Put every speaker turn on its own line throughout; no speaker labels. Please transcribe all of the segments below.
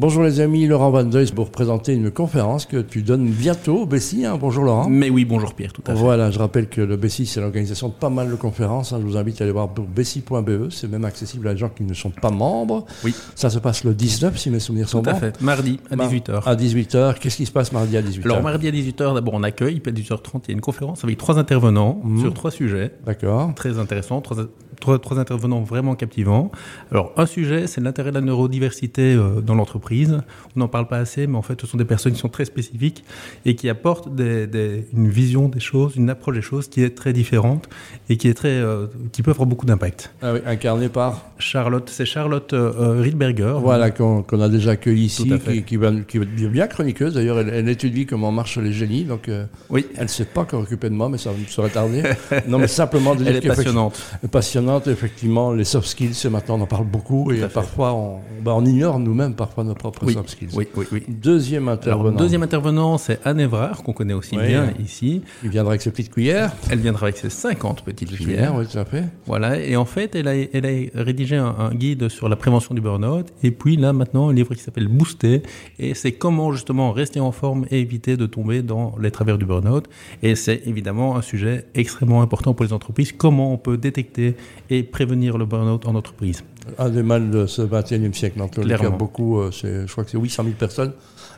Bonjour les amis, Laurent Van Deuil pour présenter une conférence que tu donnes bientôt au Bessie. hein. Bonjour Laurent.
Mais oui, bonjour Pierre, tout à fait.
Voilà, je rappelle que le Bessie, c'est l'organisation de pas mal de conférences. hein. Je vous invite à aller voir pour bessie.be. C'est même accessible à des gens qui ne sont pas membres.
Oui,
Ça se passe le 19, si mes souvenirs sont
tout à
bons.
fait. Mardi à
Mar-
18h.
À 18h. Qu'est-ce qui se passe mardi à 18h
Alors mardi à 18h, d'abord on accueille, puis à 18h30, il y a une conférence avec trois intervenants
Mhm.
sur trois sujets
D'accord.
très intéressants, trois, trois- trois intervenants vraiment captivants. Alors un sujet, c'est l'intérêt de la neurodiversité euh, dans l'entreprise. On n'en parle pas assez, mais en fait ce sont des personnes qui sont très spécifiques et qui apportent des- des- une vision des choses, une approche des choses qui est très différente et qui, est très, euh, qui peut avoir beaucoup d'impact.
Ah oui, incarné par
Charlotte, c'est Charlotte euh, euh, Riedberger.
Voilà, qu'on qu'on a déjà accueilli ici,
Tout à fait.
qui, qui, va- qui est bien chroniqueuse. D'ailleurs, elle, elle étudie comment marchent les génies, donc euh,
Oui,
elle ne sait pas encore occuper de moi, mais ça ne saurait tarder. non, mais simplement de
elle
dire
est
qu'effectivement-
passionnante.
passionnante, effectivement, les soft skills, c'est maintenant, on en parle beaucoup, et
à fait.
parfois, on, bah, on ignore nous-mêmes parfois nos propres soft skills.
Oui, oui, oui.
Deuxième
Alors,
intervenant,
deuxième intervenant, c'est Anne Evrard, qu'on connaît aussi
Oui.
bien ici.
il viendra avec ses petites cuillères.
Elle viendra avec ses 50 petites
Cuillères,
filières.
oui, tout à fait.
Voilà. Et en fait, elle a, elle a rédigé un, un guide sur la prévention du burn-out. Et puis là, maintenant, un livre qui s'appelle Booster. Et c'est comment justement rester en forme et éviter de tomber dans les travers du burn-out. Et c'est évidemment un sujet extrêmement important pour les entreprises. Comment on peut détecter et prévenir le burn-out en entreprise.
Un des mal de ce 21e siècle, hein, en tout cas,
Clairement.
beaucoup, euh, c'est- je crois que c'est 800 000 personnes,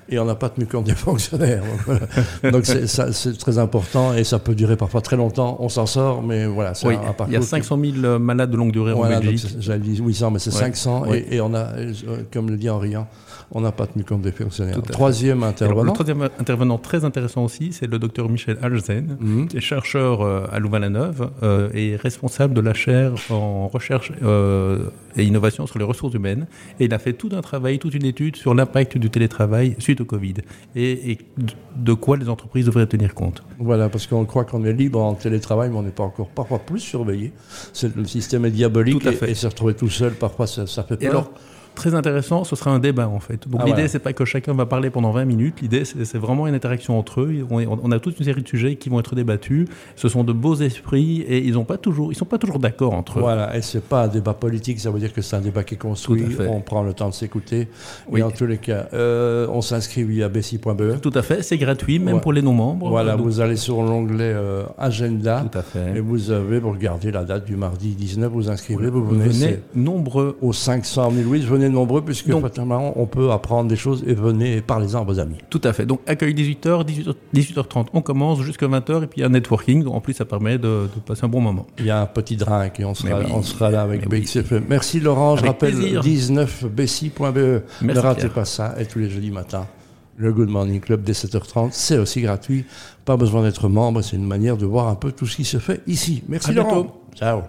et on n'a pas tenu compte des fonctionnaires. Donc, voilà. Donc c'est ça- c'est très important, et ça peut durer parfois très longtemps, on s'en sort, mais voilà, c'est
Oui,
un, un parcours.
il y a
qui-
500 000 malades de longue durée
Voilà,
en
donc
Belgique.
c'est- j'avais dit 800, mais c'est
Ouais.
500,
Ouais.
Et, et on a, euh, comme le dit en riant, on n'a pas tenu compte des fonctionnaires.
Tout à fait.
Troisième
Alors,
intervenant.
le troisième intervenant très intéressant aussi, c'est le docteur Michel Alzen, qui est chercheur euh, à Louvain-la-Neuve euh, et responsable de la chaire en recherche euh, et innovation sur les ressources humaines. Et il a fait tout un travail, toute une étude sur l'impact du télétravail suite au Covid et, et de- de quoi les entreprises devraient tenir compte.
Voilà, parce qu'on croit qu'on est libre en télétravail, mais on n'est pas encore parfois plus surveillé. C'est- Le système est diabolique
Tout à
et-
fait.
et, se retrouver tout seul, parfois ça, ça fait
Et
peur.
alors, très intéressant, ce sera un débat en fait. Donc
Ah,
l'idée,
voilà.
c'est pas que chacun va parler pendant 20 minutes, l'idée, c'est c'est vraiment une interaction entre eux. On, est- on a toute une série de sujets qui vont être débattus. Ce sont de beaux esprits et ils ont pas toujours, ils sont pas toujours d'accord entre eux.
Voilà, et c'est pas un débat politique, ça veut dire que c'est un débat qui est construit,
Tout à fait.
on prend le temps de s'écouter.
Oui.
Et en tous les cas, euh, on s'inscrit via bessie.be.
Tout à fait, c'est gratuit, même
Ouais.
pour les non-membres.
E. Voilà,
Donc,
vous allez sur l'onglet euh, agenda
E. Tout à fait.
et vous avez, vous regardez la date du mardi 19, vous inscrivez, vous
Vous
venez.
venez
c'est
nombreux.
Aux 500 000 oui, venez nombreux, puisque
Donc-
fatalement, on peut apprendre des choses et venez et parlez-en à vos amis.
Tout à fait. Donc, accueil 18h, 18h, 18h30, on commence jusqu'à 20h, et puis il y a un networking. Donc, en plus, ça permet de, de passer un bon moment.
Il y a un petit drink et on sera,
Mais oui,
on sera là avec
mais oui.
BXFM. Merci Laurent, je
Avec
rappelle
plaisir.
19bessie.be. E. Ne
Merci,
ratez
Pierre.
pas ça et tous les jeudis matins. Le Good Morning Club dès 7h30, c'est aussi gratuit. Pas besoin d'être membre, c'est une manière de voir un peu tout ce qui se fait ici. Merci
À
Laurent.
bientôt.
Ciao.